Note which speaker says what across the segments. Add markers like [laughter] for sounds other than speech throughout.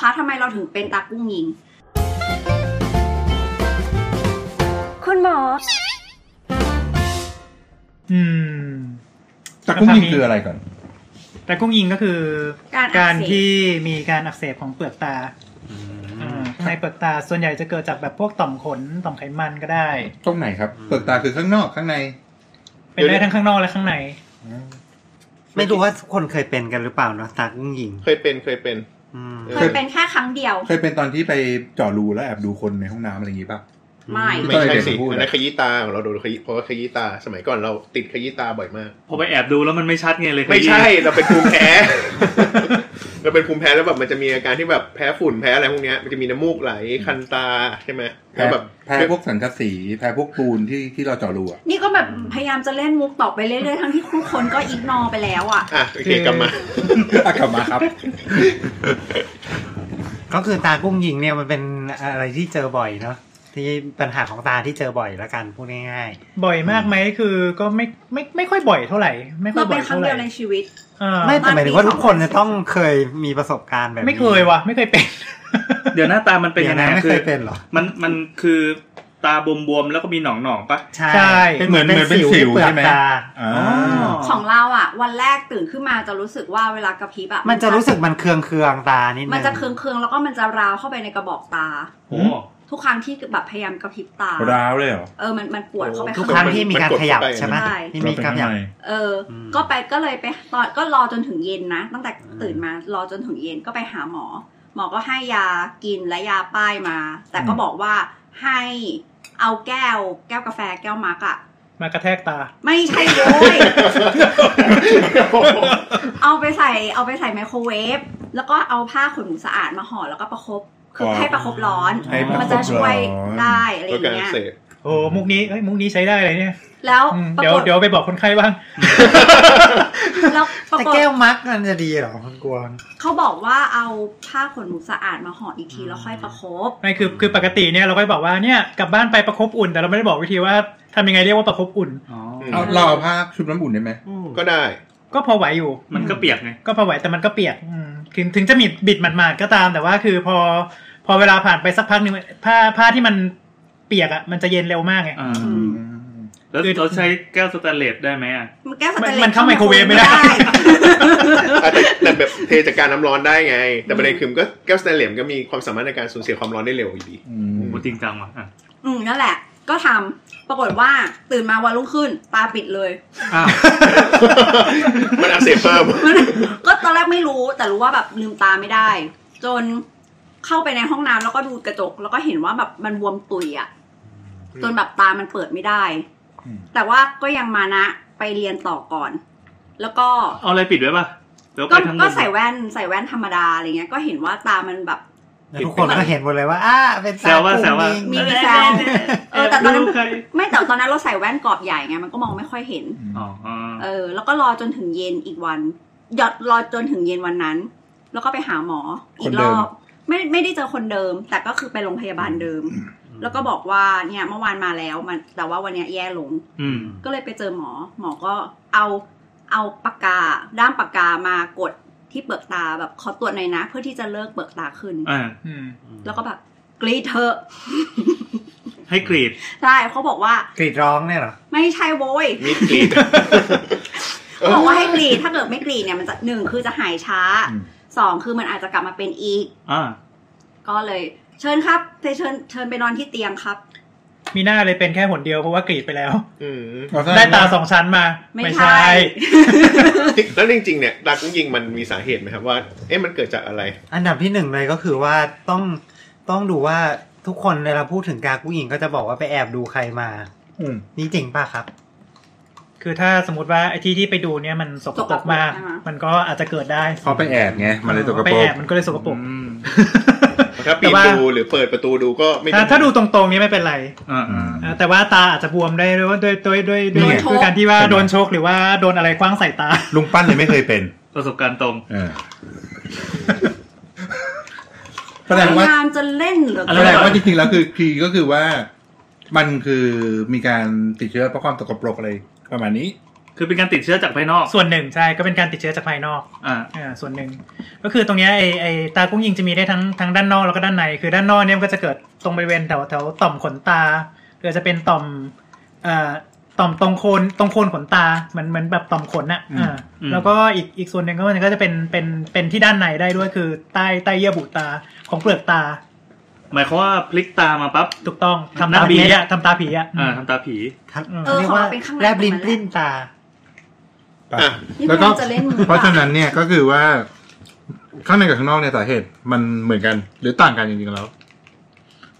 Speaker 1: คะทำไมเราถึงเป็นตากุ้งยิง
Speaker 2: คุณหมอ
Speaker 3: อืม
Speaker 4: ตะกุ้งยิงคืออะไรก่อน
Speaker 3: แต่กุ้งยิงก็คือ
Speaker 1: การอักเสบ
Speaker 3: ที่มีการอักเสบของเปลือกตาอ่าข้างในเปลือกตาส่วนใหญ่จะเกิดจากแบบพวกต่อมขนต่อมไขมันก็ได้
Speaker 4: ตรงไหนครับ เปลือกตาคือข้างนอกข้างใน
Speaker 3: เป็นได้ทั้งข้างนอกและข้างใน
Speaker 5: ไม่รู้ว่าทุกคนเคยเป็นกันหรือเปล่าเนาะตากุ้งยิง
Speaker 6: เคยเป็นเคยเป็น
Speaker 5: อืม
Speaker 1: เคยเป็นแค่ครั้งเดียว
Speaker 4: เคยเป็นตอนที่ไปเจาะรูแล้วแอบดูคนในห้องน้ำอะไรอย่างงี้ป่ะ
Speaker 1: ไม่
Speaker 6: ไม่ใช่สิ
Speaker 4: พูดอะ
Speaker 6: อันนั้นขยี้ตาของเราโดนขยี้เพราะว่าขยี้ตาสมัยก่อนเราติดขยี้ตาบ่อยมาก
Speaker 7: พอไปแอบดูแล้วมันไม่ชัดไงเลย
Speaker 6: ไม่ใช่เราเป็นภูมิแพ้
Speaker 7: [laughs]
Speaker 6: เราเป็นภูมิแพ้แล้วแบบมันจะมีอาการที่แบบแพ้ฝุ่นแพ้อะไรพวกเนี้ยมันจะมีน้ำมูกไหลคันตาใช่ไหม
Speaker 4: แพ้
Speaker 6: แล้วแบบ
Speaker 4: แพ้พวกสังกะสีแพ้พวกปูนที่ที่เราเจาะรูอะ
Speaker 1: นี่ก็แบบพยายามจะเล่นมุกต่อไปเรื่อยๆทั้งที่ทุกคนก็อิกนอไปแล้วอ่ะ
Speaker 6: อ่ะโอเคกลับมา
Speaker 4: อ่ะกลับมาครับ
Speaker 5: ก็คือตากุ้งยิงเนี่ยมันเป็นอะไรที่เจอบ่อยเนาะที่ปัญหาของตาที่เจอบ่อยละกันพูดง่าย
Speaker 3: บ่อยมากไหมคือก็ไม่ไม่ไม่ค่อยบ่อยเท่าไหร่ ไม่ค่
Speaker 1: เรา
Speaker 3: อยบ่
Speaker 1: เป็
Speaker 3: อย
Speaker 1: นครั้
Speaker 3: เท่าง ไห
Speaker 1: เดี
Speaker 3: ร่
Speaker 1: ยวในชีวิต
Speaker 3: อ่า
Speaker 5: ๆ ไม่
Speaker 3: ไม่
Speaker 5: แต่หมายถึงว่าทุกคนจะต้องเคยมีประสบการณ์แบบนี้
Speaker 3: ไม่เคยวะไม่เคยเป็น [laughs]
Speaker 7: เดี๋ยวหน้าตามันเป็น
Speaker 5: เดี๋ยว
Speaker 7: ยังไง
Speaker 5: นะไม่
Speaker 7: คื
Speaker 5: เค
Speaker 7: อย
Speaker 5: เป็นเหรอ
Speaker 7: มันมันคือตาบวมๆแล้วก็มีหนองๆปะ
Speaker 5: ใช่
Speaker 3: ใช่
Speaker 5: เป็นเหมือนเป็นสิวที่เปลือกตา
Speaker 4: อ่า
Speaker 1: ของเราอ่ะ วันแรกตื่นขึ้นมาจะรู้สึกว่าเวลากระพริบอ่ะ
Speaker 5: มันจะรู้สึกมันเคืองเคืองๆตานิดนึง
Speaker 1: มันจะเคืองๆแล้วก็มันจะราวเข้าไปในกระบอกตา
Speaker 7: โอ้
Speaker 1: ทุกครั้งที่แบบพยายามกระพริบตา
Speaker 4: ร้าวเลยเหรอ
Speaker 1: เออมันมันปวดเข้าไป
Speaker 5: ทุก
Speaker 1: ข้าง
Speaker 5: ครั้ง
Speaker 1: ใน
Speaker 5: ที่มีการขยับใช่ไหม
Speaker 1: ใช่
Speaker 5: ที่มีการขยับ
Speaker 1: เอออ
Speaker 5: ม
Speaker 1: ก็ไปก็เลยไปตอนก็รอจนถึงเย็นนะ ตั้งแต่ตื่นมารอจนถึงเย็นก็ไปหาหมอ หมอก็ให้ยากินและยาป้ายมา แต่ก็บอกว่าให้เอาแก้ว แก้วกาแฟแก้วมาร์กอะ
Speaker 3: มากระแทกตา
Speaker 1: ไม่ใช่โว้ย [laughs] เอาไปใส่เอาไปใส่ไมโครเวฟแล้วก็เอาผ้าขนหนูสะอาดมาห่อแล้วก็ประคบคือให้ประคบร้อน
Speaker 4: ให้
Speaker 1: มัน
Speaker 4: ป
Speaker 1: จะ
Speaker 4: รากฏ
Speaker 1: ช่วย
Speaker 4: ร้อน
Speaker 1: ได้อะไรอ
Speaker 6: ตั
Speaker 1: ย่าก
Speaker 6: วาง ร
Speaker 1: เงี้ย
Speaker 6: เสพ
Speaker 3: โอ้มุกนี้เอ้ยมุกนี้ใช้ได้เลยเนี่ย
Speaker 1: แล้ว
Speaker 3: อืม
Speaker 1: ปรา
Speaker 3: เดี๋ยว
Speaker 1: กฏ
Speaker 3: เดี๋ยวไปบอกคนไข้บ้าง
Speaker 1: แล้วปรา
Speaker 5: แต่
Speaker 1: กฏ
Speaker 5: แก้วมักมันจะดีเหรอคุณกวาง
Speaker 1: เขาบอกว่าเอาผ้าขนหนูสะอาดมาห่ออีกทีแล้วค่อยประคบ
Speaker 3: ไม่คือคือปกติเนี่ยเราก็จะบอกว่าเนี่ยกลับบ้านไปประคบอุ่น แต่เราไม่ได้บอกวิธีว่าทำยังไงเรียกว่าประคบอุ่น
Speaker 7: อ๋อ
Speaker 4: เอาเราเอาผ้าชุบน้ำอุ่นได้ไหม
Speaker 6: ก็ได้
Speaker 3: ก็พอไหวอยู่
Speaker 7: มันก็เปียกไง
Speaker 3: ก็พอไหวแต่มันก็เปียกอืมถึงถึงจะมีบิดหมาดๆก็ตาม แต่ว่าคือพอพอเวลาผ่านไปสักพักหนึ่งผ้าผ้าที่มันเปียกอ่ะมันจะเย็นเร็วมากไง
Speaker 7: อ่า
Speaker 1: อืม
Speaker 7: แล้วเราใช้แก้วสแตนเลสได้ไหมอ่ะ
Speaker 1: มันแก้วสแตนเลส
Speaker 3: มันเข้าไมโครเวฟไม่ได้
Speaker 6: อ่ะแต่แต่แบบเทจากการน้ำร้อนได้ไง แต่ประเด็นคือมันก็แก้วสแตนเลสก็มีความสามารถในการสูญเสียความร้อนได้เร็วอยู่ดี [laughs]
Speaker 4: อืม
Speaker 7: โอ้จริงจังว่ะอ่ะ
Speaker 1: [laughs] อืมนั่นแหละ ก็ทำปรากฏว่าตื่นมาวันรุ่งขึ้น ตาปิดเลย [laughs]
Speaker 7: อ้าว
Speaker 6: มันอักเสบเพิ่ม
Speaker 1: ก็ตอนแรกไม่รู้แต่รู้ว่าแบบลืมตาไม่ได้ จนเข้าไปในห้องน้ำแล้วก็ดูกระจก แล้วก็เห็นว่าแบบมันบวมตุยอะจนแบบตามันเปิดไม่ได้ แต่ว่าก็ยังมานะไปเรียนต่อก่อน แล้วก็
Speaker 7: เอาอะไรปิดไว้ป่ะเดี๋ยว
Speaker 1: ก็
Speaker 7: ไปทั้ง
Speaker 1: ก็ใส่แว่นใส่แว่นธรรมดาอะไรเงี้ยก็เห็นว่าตามันแบบ
Speaker 5: ทุกคนก็เห็นหมดเลยว่าอ่าเป็น
Speaker 7: แซ
Speaker 5: ตาว
Speaker 7: ว่า
Speaker 5: กุ้
Speaker 7: แซว
Speaker 5: ง
Speaker 7: ว่า
Speaker 5: ยิง
Speaker 1: มี
Speaker 7: มี
Speaker 1: มีแซว เออแต่ตอนนั้น
Speaker 7: ใคร
Speaker 1: ไม่แต่ตอนนั้นเราใส่แว่นกรอบใหญ่ไงมันก็มองไม่ค่อยเห็น
Speaker 7: อ๋ออ๋อ
Speaker 1: เออ แล้วก็รอจนถึงเย็นอีกวันหยอดรอจนถึงเย็นวันนั้น แล้วก็ไปหาหมออีกรอบไม่ไม่ได้เจอคนเดิม แต่ก็คือไปโรงพยาบาลเดิม แล้วก็บอกว่าเนี่ยเมื่อวานมาแล้วมันแต่ว่าวันเนี้ยแย่ลง
Speaker 7: อืม
Speaker 1: ก็เลยไปเจอหมอ หมอก็เอาเอาปากกาด้ามปากกามากดที่เปลือกตาแบบขอตรวจหน่อยนะ เพื่อที่จะเลิกเปลือกตาขึ้น
Speaker 7: อ่า
Speaker 3: อืม
Speaker 1: แล้วก็แบบกรีดเธอะ [laughs]
Speaker 7: ให้กรีด
Speaker 1: ใช่เขาบอกว่าก
Speaker 5: รีดร้องเนี่ยเหรอ
Speaker 1: ไม่ใช่โว้ย
Speaker 6: มีดกรีด
Speaker 1: เขาบอกว่าให้กรีดถ้าเกิดไม่กรีดเนี่ยมันจะหนึ่งคือจะหายช้า
Speaker 4: อืม
Speaker 1: สองคือมันอาจจะกลับมาเป็นอีก
Speaker 7: อ่า
Speaker 1: ก็เลย เชิญครับไปเชิญเชิญไปนอนที่เตียงครับ
Speaker 3: มีหน้าเลยเป็นแค่หนเดียวเพราะว่ากรีดไปแล้ว
Speaker 6: อืม
Speaker 3: ได้ตาสองชั้นมา
Speaker 1: ไม่ใช่
Speaker 6: แล้วจริงๆเนี่ยตากุ้งยิงมันมีสาเหตุไหมครับว่า เอ๊ะมันเกิดจากอะไร
Speaker 5: อันดับที่หนึ่งเลยก็คือว่าต้องต้องดูว่าทุกคนเวลาพูดถึงการผู้หญิงก็จะบอกว่าไปแอบดูใครมา
Speaker 4: อืม
Speaker 5: นี่จริงป่ะครับ
Speaker 3: คือถ้าสมมติว่าไอ้ที่ที่ไปดูเนี่ยมันสก
Speaker 1: ส
Speaker 3: ป
Speaker 1: กป
Speaker 3: รก
Speaker 1: รก
Speaker 3: มาก
Speaker 1: ใช่ไหม
Speaker 3: มันก็อาจจะเกิดได้
Speaker 4: เขาไปแอบไงมันเลยตกกระ
Speaker 3: ไป
Speaker 4: โปร
Speaker 3: แอก บมันก็เลยสกปรก
Speaker 7: อืม
Speaker 6: ถ้าปี
Speaker 3: แต่
Speaker 6: น
Speaker 3: ว่า
Speaker 6: ดูหรือเปิดประตูดูก็ไม่
Speaker 3: ถ้า
Speaker 6: จำเป็น
Speaker 3: ถ้าดูตรงๆนี่ไม่เป็นไร
Speaker 7: อ่า
Speaker 4: อืม
Speaker 3: อ่าแต่ว่าตาอาจจะบวมได้ด้วยด้วยด้วยด้วยด้ว
Speaker 4: นี่
Speaker 3: ย
Speaker 4: ไง
Speaker 3: ด้วยการที่ว่าโดนโชกหรือว่าโดนอะไรคว้างใส่ตา
Speaker 4: ลุงปั้นเลยไม่เคยเป็น
Speaker 7: ประสบการณ์ตรง
Speaker 4: เออแส
Speaker 1: พ
Speaker 4: ดงว่า
Speaker 1: ยายามจะเล่นเหรือ
Speaker 7: อะ
Speaker 1: เกิ
Speaker 4: แสด
Speaker 7: ไรนะ
Speaker 4: งว่าจริงๆแล้วคือคีก็คือว่า มันคือมีการติดเชื้อเพราะความตกปรกอะไรประมาณนี้
Speaker 7: คือเป็นการติดเชื้อจากภายนอก
Speaker 3: ส่วนหนึ่งใช่ก็เป็นการติดเชื้อจากภายนอก
Speaker 7: อ่า
Speaker 3: อ่าส่วนหนึ่งก็คือตรงเนี้ยไอไอตากุ้งยิงจะมีได้ทั้งทั้งด้านนอกแล้วก็ด้านใน คือด้านนอกเนี่ยมันก็จะเกิดตรงบริเวณแถวแถวต่อมขนตาหรือจะเป็นต่อมเอ่อต่อมตรงโคนตรงโคนขนตาเหมือนเหมือนแบบต่อมขนน่ะอ่า
Speaker 7: อืม
Speaker 3: แล้วก็อีกอีกส่วนหนึ่งก็มันก็จะเป็นเป็นเป็นที่ด้านในได้ด้วยคือใต้ใต้เยื่อบุตาของเปลือกตา
Speaker 7: หมายความว่าพลิกตามาปั๊บ
Speaker 3: ถูกต้องทำ
Speaker 7: หน้า
Speaker 3: ตาผี
Speaker 7: บีอะ
Speaker 3: อะทำตาผีอะ
Speaker 7: อ่าม ทำตาผี
Speaker 5: ทัก
Speaker 3: เออ
Speaker 5: เรียกว่า
Speaker 1: ของเราเป็นข้างใน
Speaker 5: แลบลิ้น
Speaker 1: ของมันแหละ
Speaker 5: ปลิ้นตา
Speaker 4: ไป
Speaker 6: อ่ะ
Speaker 1: นี่
Speaker 8: แล้ว
Speaker 1: พ
Speaker 8: ก็
Speaker 1: ยายามจะเล่นมือ
Speaker 8: เพราะฉะนั้นเนี่ยก็คือว่า ข้างในกับข้างนอกเนี่ยสาเหตุมันเหมือนกัน หรือต่างกันจริงๆแล้ว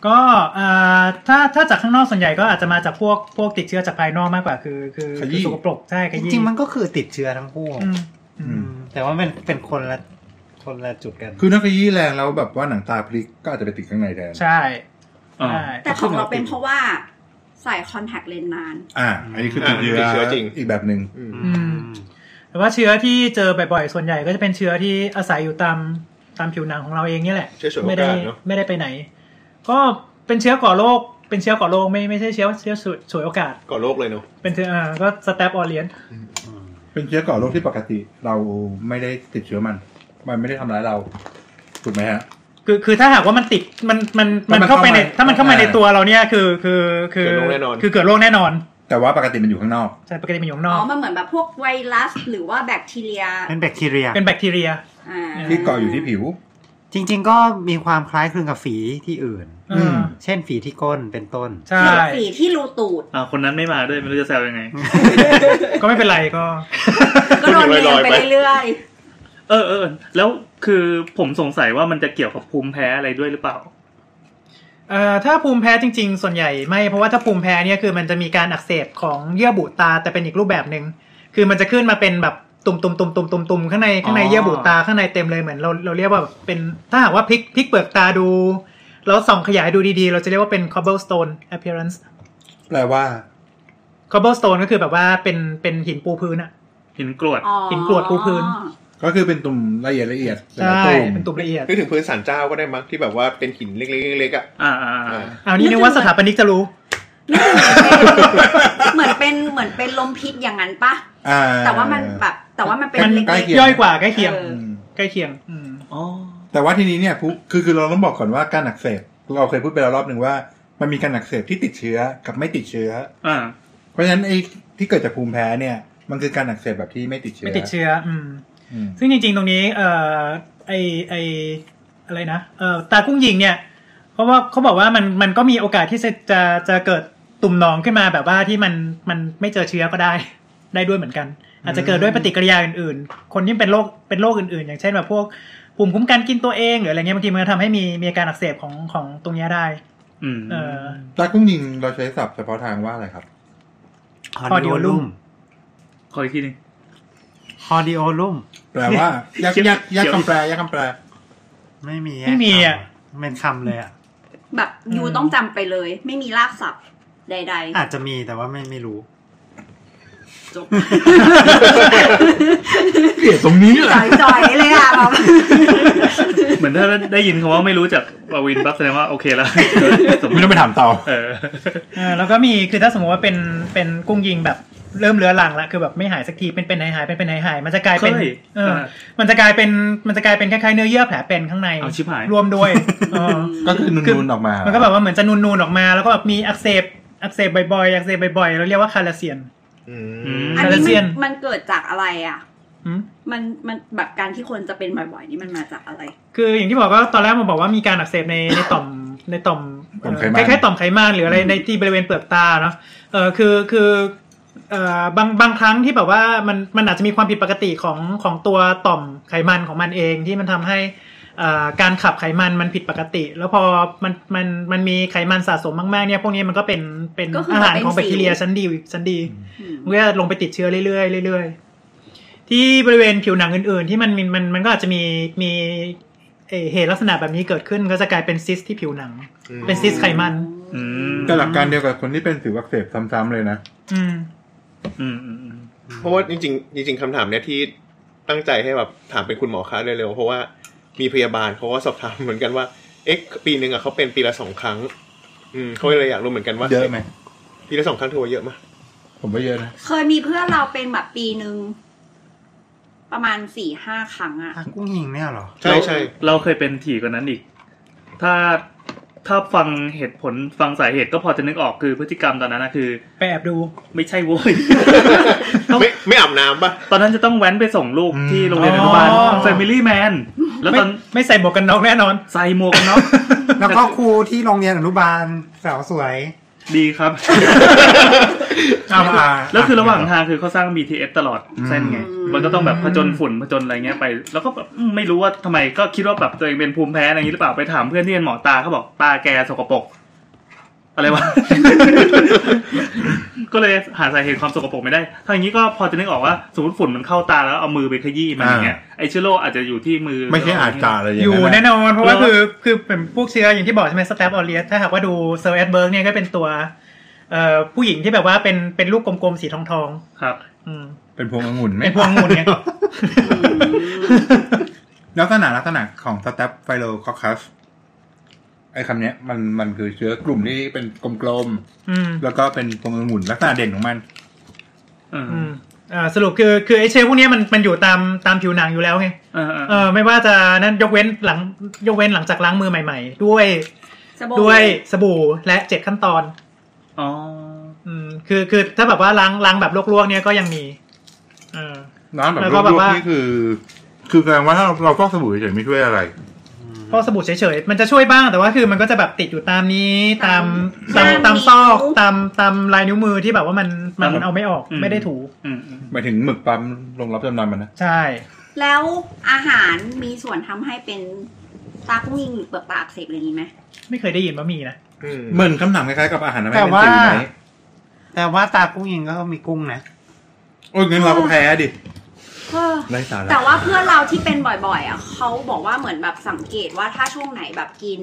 Speaker 3: ก็เอ่อถ้าถ้าจากข้างนอกส่วนใหญ่ก็อาจจะมาจากพวกพวกติดเชื้อจากภายนอกมากกว่าคือ คือ
Speaker 4: ขยี้
Speaker 3: คือสกปรกใช่ข
Speaker 5: จ
Speaker 3: ยี้
Speaker 5: ริงๆมันก็คือติดเชื้อทั้งคู่
Speaker 3: อืม
Speaker 4: อื
Speaker 5: อื
Speaker 4: ม
Speaker 5: มแต่ว่าเป็นเป็นคนละคนละจุดกัน
Speaker 4: คือนักยี่แรงแล้วแบบว่าหนังตาพลิกก็อาจจะไปติดข้างในแทน
Speaker 3: ใช่
Speaker 7: อ่า
Speaker 3: ใช่
Speaker 1: แต่ของเราเป็นเพราะว่าใส่คอนแทคเลนส์นาน
Speaker 4: อ่า อันนี้คือติดเชื้
Speaker 6: ติดเชื้อจริง
Speaker 4: อีกแบบหนึ่ง
Speaker 6: อืม
Speaker 3: อืมแต่ว่าเชื้อที่เจอบ่อยๆ ส่วนใหญ่ก็จะเป็นเชื้อที่อาศัยอยู่ตามตามผิวหนังของเราเองเนี่ยแหละ
Speaker 6: ใช้ฉวยโอ
Speaker 3: ไม่ได้
Speaker 6: กาสเนาะ
Speaker 3: ไม่ได้ไปไหน ก็เป็นเชื้อก่อโรค เป็นเชื้อก่อโรคไม่ไม่ใช่เชื้อเชื้อฉวยฉวยโอกาส
Speaker 6: ก่อนโลกเลยเนาะ
Speaker 3: เป็นเชื้ออ่าก็สแตปออเลียน
Speaker 4: เป็นเชื้อก่อโรคที่ปกติเราไม่ได้ติดเชื้อมัน มันไม่ได้ทำร้ายเราถูกไหมฮะ
Speaker 3: คือคือถ้าหากว่ามันติดมันมันมัน
Speaker 4: มัน
Speaker 3: เข้า
Speaker 4: เข้า
Speaker 3: ไปใน
Speaker 4: มา
Speaker 3: ถ้ามันเข้ามาในตัวเราเนี่ยคือคือคือคือเกิดโรคแน่นอน
Speaker 4: แต่ว่าปกติมันอยู่ข้างนอก
Speaker 3: ใช่ปกติมันอยู่ข้างน
Speaker 1: อ๋
Speaker 3: อ
Speaker 1: อก มันเหมือนแบบพวกไวรัส หรือว่าแบคทีเรีย
Speaker 5: เป็นแบคทีเรีย
Speaker 3: เป็นแบคทีเรีย
Speaker 1: อ่า
Speaker 4: ที่เกาะอยู่ที่ผิว
Speaker 5: จริง ๆ ก็มีความคล้ายคลึงกับฝีที่อื่น
Speaker 3: อืม
Speaker 5: เช่นฝีที่ก้นเป็นต้น
Speaker 3: ใช่
Speaker 1: ฝีที่รูตูด
Speaker 7: อ่าคนนั้นไม่มาด้วยไม่รู้จะแซวยังไง
Speaker 3: ก็ไม่เป็นไรก็
Speaker 1: ก็โดนเรียนไปเรื่อย
Speaker 7: เออเออแล้วคือผมสงสัยว่ามันจะเกี่ยวกับภูมิแพ้อะไรด้วยหรือเปล่า
Speaker 3: เอ่อถ้าภูมิแพ้จริงๆ ส่วนใหญ่ไม่เพราะว่าถ้าภูมิแพ้เนี่ยคือมันจะมีการอักเสบของเยื่อบุตาแต่เป็นอีกรูปแบบหนึ่งคือมันจะขึ้นมาเป็นแบบตุ่มๆๆๆๆๆข้างในข้างใน
Speaker 7: อ๋อ
Speaker 3: เยื่อบุตาข้างในเต็มเลยเหมือนเราเราเรียกว่าเป็นถ้าหากว่าพลิกพลิกเปลือกตาดู แล้วส่องขยายดูดีๆ เราจะเรียกว่าเป็น cobblestone appearance
Speaker 4: แปลว่า
Speaker 3: cobblestone ก็คือแบบว่าเป็นเป็นหินปูพื้นอะ
Speaker 7: หินกรวด
Speaker 1: ๆอ๋อ
Speaker 3: กินกรวดปูพื้น
Speaker 4: ก็คือเป็นตุ่มละเอียดละเอียดเป็น
Speaker 3: ใช่
Speaker 4: ตุ่ม
Speaker 3: เป็นตุ่มละเอียด
Speaker 6: นึกถึงพื้นสันเจ้าก็ได้มั้งที่แบบว่าเป็นหินเล็กๆๆอ่ะ
Speaker 7: อ่าอ่า
Speaker 6: อ่า
Speaker 7: อ่า
Speaker 3: เอานี่นึกว่าสถาปนิกจะรู้
Speaker 1: เหมือนเป็นเหมือนเป็นลมพิษอย่างนั้นปะ
Speaker 4: อ่า
Speaker 1: แต่ว่ามันแบบแต่ว่ามันเป็น
Speaker 3: มัน
Speaker 1: เล็ก
Speaker 4: ใกล้เคีง
Speaker 3: ย่อยกว่าใกล้เคียง
Speaker 1: ออ
Speaker 4: อืม
Speaker 3: ใกล้เคียงอืม
Speaker 7: อ๋อ
Speaker 4: แต่ว่าทีนี้เนี่ยผู้คือคือเราต้องบอกก่อนว่าการอักเสบเราเคยพูดไปแล้วรอบหนึ่งว่า มันมีการอักเสบที่ติดเชื้อกับไม่ติดเชื้อ
Speaker 7: อ่า
Speaker 4: เพราะฉะนั้นไอ้ที่เกิดจากภูมิแพ้เนี่ย มันคือการอักเสบแบบที่ไม่ติดเชื้อ
Speaker 3: ไม่ติดเชื้ออืม
Speaker 4: ม
Speaker 3: ซึ่งจริงๆ ตรงนี้เอ่อไอไออะไรนะเอ่อตากุ้งยิงเนี่ย เพราะว่าเขาบอกว่ามันมันก็มีโอกาสที่จะจะจะเกิดตุ่มหนองขึ้นมาแบบว่าที่มันมันไม่เจอเชื้อก็ได้ [laughs] ได้ด้วยเหมือนกัน อาจจะเกิดด้วยปฏิกิริยาอื่นๆ คนที่เป็นโรคเป็นโรคอื่นๆ อย่างเช่นแบบพวกภูมิคุ้มกันกินตัวเองหรืออะไรเงี้ยบางทีมันก็ทำให้มีมีอาการอักเสบของของตรงเนี้ยได้
Speaker 7: อืม
Speaker 3: เออ
Speaker 4: ตากุ้งยิงเราใช้ศัพท์เฉพาะทางว่าอะไรครับ
Speaker 5: ฮอดิโอลุ่ม
Speaker 7: ขออีกทีหนึง
Speaker 5: ฮอดิโอลุ่ม
Speaker 4: แปลว่า ยาก
Speaker 7: เขียว
Speaker 4: ยากยากคำแปลยากคำแปล
Speaker 5: ไม่มี
Speaker 3: ไม่มีอะ
Speaker 5: เป็นคำเลยอ่ะ
Speaker 1: แบบ
Speaker 3: อืม
Speaker 1: ยูต้องจำไปเลย ไม่มีรากศัพท์ใด
Speaker 5: อาจจะมีแต่ว่าไม่ไม่รู้
Speaker 1: ๆ จบ
Speaker 4: เกลียดตรงนี้แหละ
Speaker 1: จ่อยๆเลย
Speaker 3: [laughs]
Speaker 1: อ่ะแบบ
Speaker 7: เหมือนถ้าได้ยินคำว่าไม่รู้จักปวินปั๊บแสดงว่าโอเค
Speaker 3: [laughs]
Speaker 7: แล้วสมม
Speaker 4: ไม่
Speaker 7: ติ
Speaker 4: ต้องไปถามต่อ
Speaker 7: เออ
Speaker 3: เออแล้วก็มีคือถ้าสมมติว่าเป็นเป็นกุ้งยิงแบบเริ่มเลื้อรังละคือแบบไม่หายสักทีเป็นเป็นหายหายเป็นเป็นหายหายมันจะกลายเป็น
Speaker 7: เคย
Speaker 3: เออ
Speaker 7: เออ
Speaker 3: มันจะกลายเป็นมันจะกลายเป็นคล้ายๆเนื้อเยื่อแผลเป็นข้างใน
Speaker 7: เอาชิบหาย
Speaker 3: รวมด้วยเออ
Speaker 4: ก็คือนูนๆออกมา
Speaker 3: มันก็แบบว่าเหมือนจะนูนๆออกมา แล้วก็แบบมีอักเสบอักเสบบ่อยๆอักเสบบ่อยๆเราเรียกว่าคาราเซียน
Speaker 6: อื
Speaker 7: อื
Speaker 6: ม
Speaker 7: ม
Speaker 1: อัน
Speaker 3: คาราเซี
Speaker 1: นี้
Speaker 3: ยน
Speaker 1: มันมันเกิดจากอะไรอ่ะ
Speaker 3: หืม
Speaker 1: มันมันแบบการที่คนจะเป็นบ่อยๆ นี่มันมาจากอะไร
Speaker 3: คืออย่างที่บอกก็ตอนแรกมันบอกว่ามีการอักเสบในในต่อมในต่อม
Speaker 4: ต่อมไขมัน
Speaker 3: เอ่อคล้ายๆต่อมไขมันหรืออะไรในที่บริเวณเปลือกตาเนาะเออคือคือเอ่อบางบางครั้งที่แบบว่ามันมันอาจจะมีความผิดปกติของของตัวต่อมไขมันของมันเองที่มันทำให้เอ่อการขับไขมันมันผิดปกติ แล้วพอมันมันมันมีไขมันสะสมมากๆเนี่ยพวกนี้มันก็เป็นเป็น
Speaker 1: ก็คือ
Speaker 3: อา
Speaker 1: แบบ
Speaker 3: หารของแบ
Speaker 1: เป็น
Speaker 3: ค
Speaker 1: สิว
Speaker 3: ทีเรียชั้นดีชั้นดี
Speaker 1: อืม
Speaker 3: มันก็จะลงไปติดเชื้อเรื่อยๆเรื่อยๆ ที่บริเวณผิวหนังอื่น ๆ ที่มันมีมันมันก็อาจจะมีมีเอ่อเหตุลักษณะแบบนี้เกิดขึ้นก็จะกลายเป็นซิสที่ผิวหนัง
Speaker 6: อืม
Speaker 3: เป็นซิสไขมัน
Speaker 7: อืม
Speaker 4: แต่หลักการเดียวกับคนที่เป็นสิวอักเสบซ้ำๆเลยนะ
Speaker 3: อืม
Speaker 7: อืมอืมอืม
Speaker 6: เพราะว่าจริงๆจริง ๆคำถามเนี้ยที่ตั้งใจให้แบบถามเป็นคุณหมอคะเร็วๆเพราะว่ามีพยาบาลเขาก็สอบถามเหมือนกันว่า เอ๊ะปีหนึ่งอะเขาเป็นปีละสองครั้ง อืมเขาเลยอยากรู้เหมือนกันว่า
Speaker 4: เยอะไหม
Speaker 6: ปีละสองครั้งถือว่าเยอะไหมย
Speaker 4: ผมว่าเยอะนะ
Speaker 1: เคยมีเพื่อนเราเป็นแบบปีหนึ่งประมาณสี่ห้าครั้งอะ
Speaker 5: พักกุ้งยิงเนี่ยเหรอ
Speaker 6: ใช่ใช่
Speaker 7: เราเคยเป็นถี่กว่านั้นอีก ถ้าถ้าฟังเหตุผลฟังสาเหตุก็พอจะนึกออกคือพฤติกรรมตอนนั้นนะคือ
Speaker 3: ไปแอบดู
Speaker 7: ไม่ใช่โว้ย
Speaker 6: [laughs] ไม่ไม่อาบน้ำปะ
Speaker 7: ตอนนั้นจะต้องแว้นไปส่งลูกที่โรงเรียนอนุบาล
Speaker 3: อ๋อ
Speaker 7: Family Man แล้วตอน
Speaker 3: ไม่ไม่ใส่หมวกกันน็อกแน่นอน
Speaker 7: ใส่หมวกกันน็อก
Speaker 5: แล้วก็ครูที่โรงเรียนอนุบาลสาวสวย
Speaker 7: ดีครับ
Speaker 8: เอามา
Speaker 7: แล้วคือระหว่างทางคือเขาสร้าง BTS ตลอดเส้นไง
Speaker 1: อืม
Speaker 7: มันก็ต้องแบบผจญฝุ่นผจญอะไรเงี้ยไป แล้วก็แบบอืมไม่รู้ว่าทำไมก็คิดว่าแบบตัวเองเป็นภูมิแพ้อะไรอย่างนี้หรือเปล่าไปถามเพื่อนที่เป็นหมอตาเขาบอกตาแกสกปรกอะไรวะ [laughs] ก็เลยหาสาเหตุความสกปรกไม่ได้ ถ้าอย่างนี้ก็พอจะนึกออกว่าสมมติฝุ่นมันเข้าตาแล้วเอามือไปขยี้มันอย่างเงี้ยไอเชื้อโรคอาจจะอยู่ที่มือ
Speaker 8: ไม่ใช่อาจารย์อะไรอย่าง
Speaker 3: อ
Speaker 8: เงี้ย
Speaker 3: ยู่แน่นอน เพราะว่า
Speaker 7: แล้ว
Speaker 3: คือคือเป็นพวกเชื้ออย่างที่บอกใช่ไหมสแตปออเรียสถ้าหากว่าดูเซอร์แอดเบิร์กเนี่ยก็เป็นตัวเอ่อผู้หญิงที่แบบว่าเป็นเป็นลูกกลมๆสีทองทอง
Speaker 7: ครับ
Speaker 3: ๆอืม
Speaker 8: เป็นพวงองุ่นไหม
Speaker 3: เป็นพวงงูเนี่ย
Speaker 8: ลักษณะลักษณะของสแตปไฟโลคอคัสไอ้คำเนี้ยมันมันคือเชื้อกลุ่มที่เป็นกลม
Speaker 3: อืม
Speaker 8: ๆแล้วก็เป็นพวงองุ่นลักษณะเด่นของมัน
Speaker 7: อืม
Speaker 3: อืมอ่าสรุปคือคือไอเชื้อพวกเนี้ยมันมันอยู่ตามตามผิวหนังอยู่แล้วไง
Speaker 7: เออเออ
Speaker 3: เออไม่ว่าจะนั่นยกเว้นหลังยกเว้นหลังจากล้างมือใหม่ ๆ ด้วย
Speaker 1: สบู่
Speaker 3: ด้วยสบู่และเจ็ดขั้นตอน
Speaker 7: อ๋อ
Speaker 3: อืมคือคือถ้าแบบว่าล้างล้างแบบลวกๆเนี่ยก็ยังมีเออ
Speaker 8: น้ำแบบ
Speaker 3: แล้ว
Speaker 8: ล
Speaker 3: ก็แบบ
Speaker 8: วก
Speaker 3: ว่า
Speaker 8: ๆนี่คือ คือแสดงว่าถ้าเราเราฟอกสบู่เฉยๆไม่ช่วยอะไร
Speaker 3: ฟอกสบู่เฉยๆ มันจะช่วยบ้างแต่ว่าคือมันก็จะแบบติดอยู่ตามนี้ตามตามตามซอกตามตามลายนิ้วมือที่แบบว่ามันมัน
Speaker 7: ครับ
Speaker 3: เอาไม่ออก
Speaker 7: อืม
Speaker 3: ไม่ได้ถู
Speaker 7: อืมอืม
Speaker 8: หมายถึงหมึกปั๊มลงรับจำนำมันนะ
Speaker 3: ใช่
Speaker 1: แล้วอาหารมีส่วนทำให้เป็นตากุ้งยิงหรือเปลือกตาอักเสบอะไรอย่างนี้ไหม
Speaker 3: ไม่เคยได้ยินว่ามีนะ
Speaker 6: อืม
Speaker 8: เหมือนคำถามคล้ายๆกับอาหารทำให้
Speaker 5: แต่
Speaker 8: เป็น
Speaker 5: ว่า
Speaker 8: สิวไหม
Speaker 5: แต่ว่าตากุ้งยิงก็มีกุ้งนะ
Speaker 8: โอ้ยงั้นเราก็แพ้ดิไร้สาระ
Speaker 1: แต่ว่าเพื่อนเราที่เป็นบ่อยๆอ่ะเขาบอกว่าเหมือนแบบสังเกตว่าถ้าช่วงไหนแบบกิน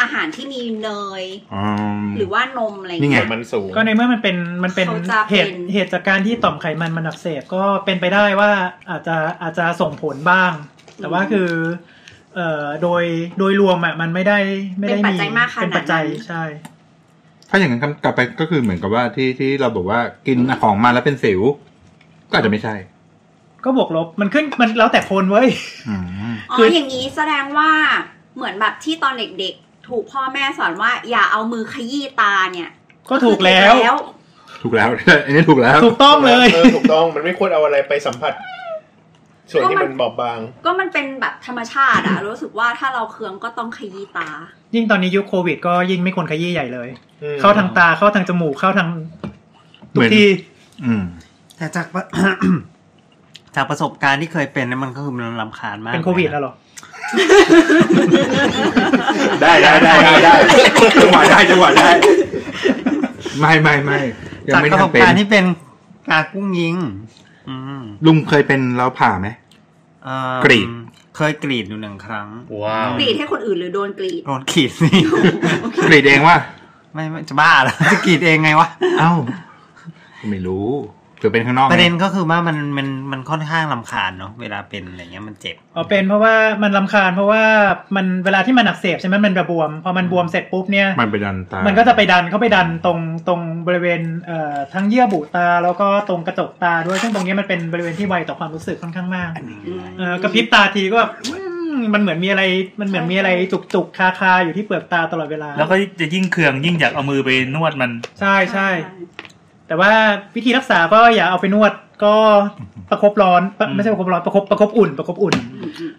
Speaker 1: อาหารที่มีเนย
Speaker 8: อ๋อ
Speaker 1: หรือว่านมอะไร
Speaker 8: นี่ไง
Speaker 1: เงี้ย
Speaker 6: มันสูง
Speaker 3: ก็ในเมื่อมันเป็นมันเป็น
Speaker 1: เขาจะเป็น
Speaker 3: เหตุเหตุจากการที่ต่อมไขมันมันอักเสบก็เป็นไปได้ว่าอาจจะอาจจะส่งผลบ้าง แต่ว่าคือเอ่อโดยโดยรวมอ่ะมันไม่ได้ไม่ได้
Speaker 1: เป็นปัจ
Speaker 3: มี
Speaker 1: จัยมากขนาดนั้น
Speaker 3: เป็นปัจจัยใช่
Speaker 8: ถ้าอย่างนั้นคำกลับไปก็คือเหมือนกับว่าที่ที่เราบอกว่ากินของมาแล้วเป็นสิว ก็อาจจะไม่ใช่
Speaker 3: ก็บวกลบมันขึ้นมันแล้วแต่คนเว้ย
Speaker 8: อืม
Speaker 1: อ๋
Speaker 3: คือ อ
Speaker 1: อ
Speaker 3: อ
Speaker 1: ย่างนี้แสดงว่าเหมือนแบบที่ตอนเด็กๆ ถูกพ่อแม่สอนว่าอย่าเอามือขยี้ตาเนี่ย
Speaker 3: ก็ถูกแล้ว
Speaker 8: ถูกแล้ว [laughs] อันนี้ถูกแล้ว
Speaker 3: ถูกต้องเลย
Speaker 6: ออถูกต้องมันไม่ควรเอาอะไรไปสัมผัส ส่วนที่มันบอบบาง
Speaker 1: ก็มันเป็นแบบธรรมชาติอ่ะ รู้สึกว่าถ้าเราเคืองก็ต้องขยี้ตา
Speaker 3: ยิ่งตอนนี้ยุคโควิด ก็ยิ่งไม่ควรขยี้ใหญ่เลย
Speaker 6: อืม
Speaker 3: เข้าทางตาเข้าทางจมูกเข้าทาง
Speaker 8: เหมือน
Speaker 3: ที่
Speaker 8: อืม
Speaker 5: แต่จาก [coughs] ประ จากประสบการณ์ที่เคยเป็นเนี่ยมันก็คือมันลำคาญมาก
Speaker 3: เป็นโควิดแล้วเหรอ
Speaker 8: ได้ได้ได้ได้ได้จังหวะได้จังหวะได้ ไม่ไม่ไม่ยัง
Speaker 5: จาก
Speaker 8: ไม่
Speaker 5: ประส
Speaker 8: ทำ
Speaker 5: บ
Speaker 8: เป็
Speaker 5: การณ์
Speaker 8: น
Speaker 5: ที่เป็นตากุ้งยิง อืม
Speaker 8: ลุงเคยเป็นเราผ่าไหม
Speaker 5: เอิ่ม
Speaker 8: กรีด
Speaker 5: เคยกรีดอยู่หนึ่งครั้ง
Speaker 7: ว้าว
Speaker 1: กรีดให้คนอื่นหรือโดนกรีด
Speaker 5: โดนกรีดนี่
Speaker 8: กรีดเองว่า
Speaker 5: [laughs] ไม่ไม่จะบ้าเหรอ [laughs] จะกรีดเองไงวะ
Speaker 8: เอ้า ไม่รู้เผื่อเป็นข้างนอกไง
Speaker 5: ประเด็นก็คือว่ามันมันมันค่อนข้างลำคาญเนาะเวลาเป็นอะไรเงี้ยมันเจ็บ
Speaker 3: อ๋อเป็นเพราะว่ามันลำคาญเพราะว่ามันเวลาที่มันอักเสบใช่ไหมมันระบวม พอมันบวมเสร็จปุ๊บเนี่ย
Speaker 8: มันไปดันตา
Speaker 3: มันก็จะไปดันเข้าไปดันตรงตรงบริเวณเอ่อทั้งเยื่อบุตา แล้วก็ตรงกระจกตาด้วยซึ่งตรงเนี้ยมันเป็นบริเวณที่ไวต่อความรู้สึกค่อนข้างมากเอ่อกระพริบตาทีก็แบบอืมมันเหมือนมีอะไรมันเหมือนมีอะไรจุกจุกๆคาคาๆอยู่ที่เปลือกตาตลอดเวลา
Speaker 7: แล้วก็จะยิ่งเคืองยิ่งอยากเอามือไปนวดมัน
Speaker 3: ใช่ใช่ แต่ว่าวิธีรักษาก็อย่าเอาไปนวดก็ประคบร้อนปะ
Speaker 7: อืม
Speaker 3: ไม่ใช่ประคบร้อนประคบประคบอุ่น ประคบอุ่น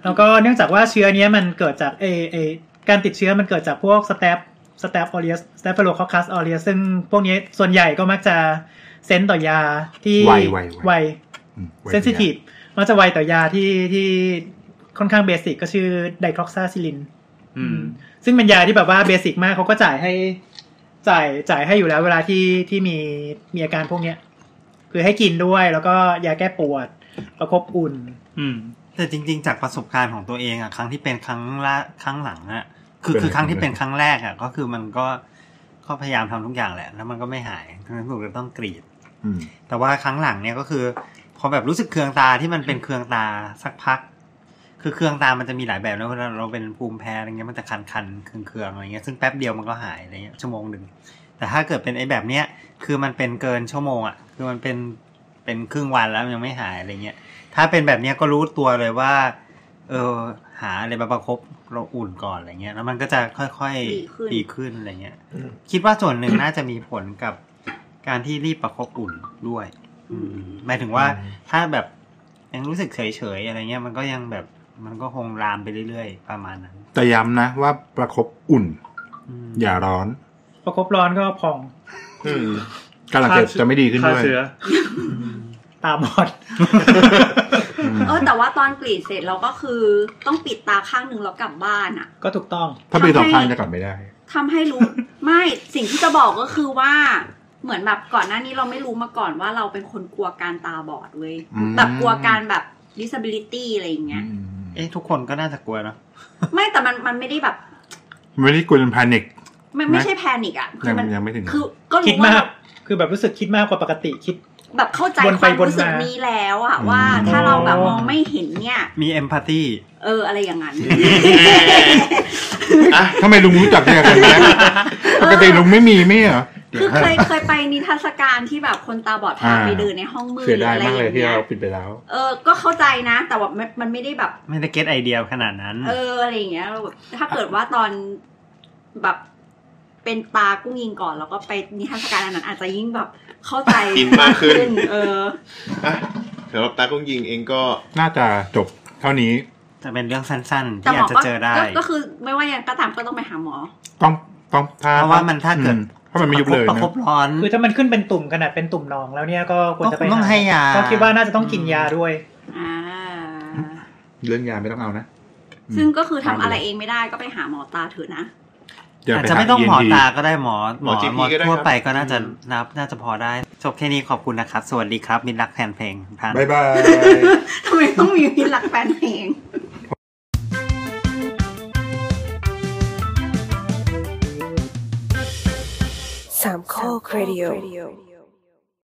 Speaker 3: แล้วก็เนื่องจากว่าเชื้อเนี้ยมันเกิดจากเอเอการติดเชื้อมันเกิดจากพวกสเตปสเตปออเรียสสเตปโลคอคัสออเรียซึ่งพวกเนี้ยส่วนใหญ่ก็มักจะเซนส์ต่อยาที่
Speaker 8: ไวไวไว
Speaker 3: ไว
Speaker 8: อืม
Speaker 3: เซนซิทีฟมักจะไวต่อยาที่ที่ค่อนข้างเบสิกก็ชื่อไดคลอกซาซิลิน
Speaker 7: อืม
Speaker 3: ซึ่งเป็นยาที่แบบว่าเบสิกมากเขาก็จ่ายให้จ่ายจ่ายให้อยู่แล้วเวลาที่ที่มีมีอาการพวกเนี้ย คือให้กินด้วยแล้วก็ยาแก้ปวด ประคบอุ่น
Speaker 7: อืม
Speaker 5: แต่จริง ๆ จากประสบการณ์ของตัวเองอ่ะครั้งที่เป็นครั้งละครั้งหลังอ่ะคือ
Speaker 8: เป็น
Speaker 5: คือครั้งที่
Speaker 8: ไง
Speaker 5: เป็นครั้งแรกอ่ะก็คือมันก็ก็พยายามทำทุกอย่างแหละ แล้วมันก็ไม่หายทั้งนั้นผมก็ต้องกรีด
Speaker 8: อืม
Speaker 5: แต่ว่าครั้งหลังเนี่ยก็คือพอแบบรู้สึกเคืองตาที่มันเป็นเคืองตาสักพัก คือเคืองตามันจะมีหลายแบบแล้วเราเราเป็นภูมิแพ้อะไรเงี้ยมันจะคันๆเคืองๆอะไรเงี้ยซึ่งแป๊บเดียวมันก็หายอะไรเงี้ยชั่วโมงหนึ่งแต่ แต่ถ้าเกิดเป็นไอ้แบบเนี้ย คือมันเป็นเกินชั่วโมงอ่ะ คือมันเป็นเป็นครึ่งวันแล้วมันยังไม่หายอะไรเงี้ย ถ้าเป็นแบบเนี้ยก็รู้ตัวเลยว่า เออหาอะไรมาประคบเราอุ่นก่อนอะไรเงี้ย แล้วมันก็จะค่อย
Speaker 1: ดีขึ้น
Speaker 5: ๆดีขึ้นอะไรเงี้ย คิดว่าส่วนหนึ่งน่าจะมีผลกับการที่รีบประคบอุ่นด้วย อืมหมายถึงว่าถ้าแบบยังรู้สึกเฉยๆอะไรเงี้ย มันก็ยังแบบมันก็คงลามไปเรื่อยๆ ประมาณนั้น
Speaker 4: แต่ย้ำนะว่าประคบอุ่น
Speaker 5: อืม
Speaker 4: อย่าร้อน
Speaker 3: ประคบร้อนก็พอง
Speaker 6: อืม
Speaker 4: การหลังเก็บจะไม่ดีขึ้น
Speaker 7: ฆ่า
Speaker 4: ด้วย
Speaker 7: เชื้อ
Speaker 3: ตาบอด [laughs]
Speaker 4: อืม
Speaker 1: เออแต่ว่าตอนกรีดเสร็จเราก็คือต้องปิดตาข้างหนึ่งแล้วกลับบ้านอ่ะ
Speaker 3: ก็ถูกต้อง
Speaker 4: ถ้าปีสองครั้งจะกลับไม่ได้
Speaker 1: ทำให้รู้ [laughs] ไม่สิ่งที่จะบอกก็คือว่าเหมือนแบบก่อนหน้านี้เราไม่รู้มาก่อนว่าเราเป็นคนกลัวการตาบอดเว้ย
Speaker 4: อืม
Speaker 1: แบบกลัวการแบบ disability อะไรอย่างเงี้ย
Speaker 5: เอ๊ะทุกคนก็น่าจะกลัวเนอะ
Speaker 1: ไม่แต่มันมันไม่ได้แบบ
Speaker 4: ไม่ได้กลัวจนพานิค
Speaker 1: ไม่ไม่ใช่แพนิกอ่ะคื
Speaker 4: ยัง
Speaker 1: มั
Speaker 4: ยังไม่ถึง
Speaker 1: คือก็
Speaker 3: คิด
Speaker 1: รู้ว่ามแบ
Speaker 3: าก
Speaker 1: บ
Speaker 3: คือแบบรู้สึกคิดมากกว่าปกติคิด
Speaker 1: แบบเข้าใจ
Speaker 3: วน
Speaker 1: ค
Speaker 3: ไป
Speaker 1: วาม
Speaker 3: วน
Speaker 1: รู้สึก
Speaker 3: มา
Speaker 1: นี้แล้วอ่ะว่าถ้าเราแบบมองไม่เห็นเนี่ย
Speaker 5: มีเอมพัตตี
Speaker 1: เอออะไรอย่างนั้น
Speaker 4: อ่ะทำไมลุงรู้จักเนี่ยกันนะปกติลุงไม่มีไม่เหรอ
Speaker 1: [laughs] คือเคยเคยไปนิทรรศการที่แบบคนตาบอดพา
Speaker 4: อ่า
Speaker 1: ไปเดินในห้องมืด
Speaker 4: เสียดาย
Speaker 1: อะไร
Speaker 4: มากเลย
Speaker 1: อย่าง
Speaker 4: ที่
Speaker 1: เงี้ย
Speaker 4: เราปิดไปแล้ว
Speaker 1: เออ ก็เข้าใจนะ แต่ว่ามันมันไม่ได้แบบ
Speaker 5: ไม่ได้เก็ตไอเดียขนาดนั้น
Speaker 1: เอออะไรอย่างเงี้ยเราแบบถ้าเกิดว่าตอนแบบเป็นตากุ้งยิงก่อน แล้วก็ไปนิทรรศการอันนั้น อาจจะยิ่งแบบเข้าใจ
Speaker 6: อินมากขึ้น
Speaker 1: เออ
Speaker 6: อ่ะสำหรับตากุ้งยิงเองก็
Speaker 4: น่าจะจบเท่านี้
Speaker 5: จะเป็นเรื่องสั้นๆ
Speaker 1: แต่
Speaker 5: ที่
Speaker 1: หม
Speaker 5: อา
Speaker 1: อ
Speaker 5: จจะ
Speaker 1: ก็
Speaker 5: เจอได้
Speaker 1: ก็ก็คือไม่ว่ายังไงก็ตามก็ต้องไปหาหมอ
Speaker 4: ต้องต้องถ้า
Speaker 5: เพราะว่ามันถ้าเกิด
Speaker 4: อืถ้ามันไม่ยุบเลย
Speaker 5: ประ
Speaker 4: นะ
Speaker 5: คบร้อน
Speaker 3: คือถ้ามันขึ้นเป็นตุ่มขนาดเป็นตุ่มหนองแล้วเนี่ยก็ควรจะไป
Speaker 5: ก็คงต้องให้ยา
Speaker 3: ก็คิดว่าน่าจะต้องกินยาด้วย
Speaker 1: อ่า
Speaker 4: เรื่องยาไม่ต้องเอานะอืม
Speaker 1: ซึ่งก็คือทำอะไรเองไม่ได้ก็ไปหาหมอตาเถอะนะ [laughs]
Speaker 4: ย่
Speaker 5: อาจ
Speaker 4: ป
Speaker 5: จะไม่ต้องหมอ
Speaker 4: า ENT
Speaker 5: ตาก็ได้หมอ
Speaker 6: หมอ GP
Speaker 5: หมอ
Speaker 6: ก็ได้ครับ
Speaker 5: ทั่วไปก็น่าจะนับน่าจะพอได้ จบแค่นี้ขอบคุณนะครับ สวัสดีครับ มินรักแฟนเพลงทุกท่าน
Speaker 4: บายบาย
Speaker 1: ทำไมต้องมีพิษรักแฟนเพลง
Speaker 2: สามข้อครดิโอ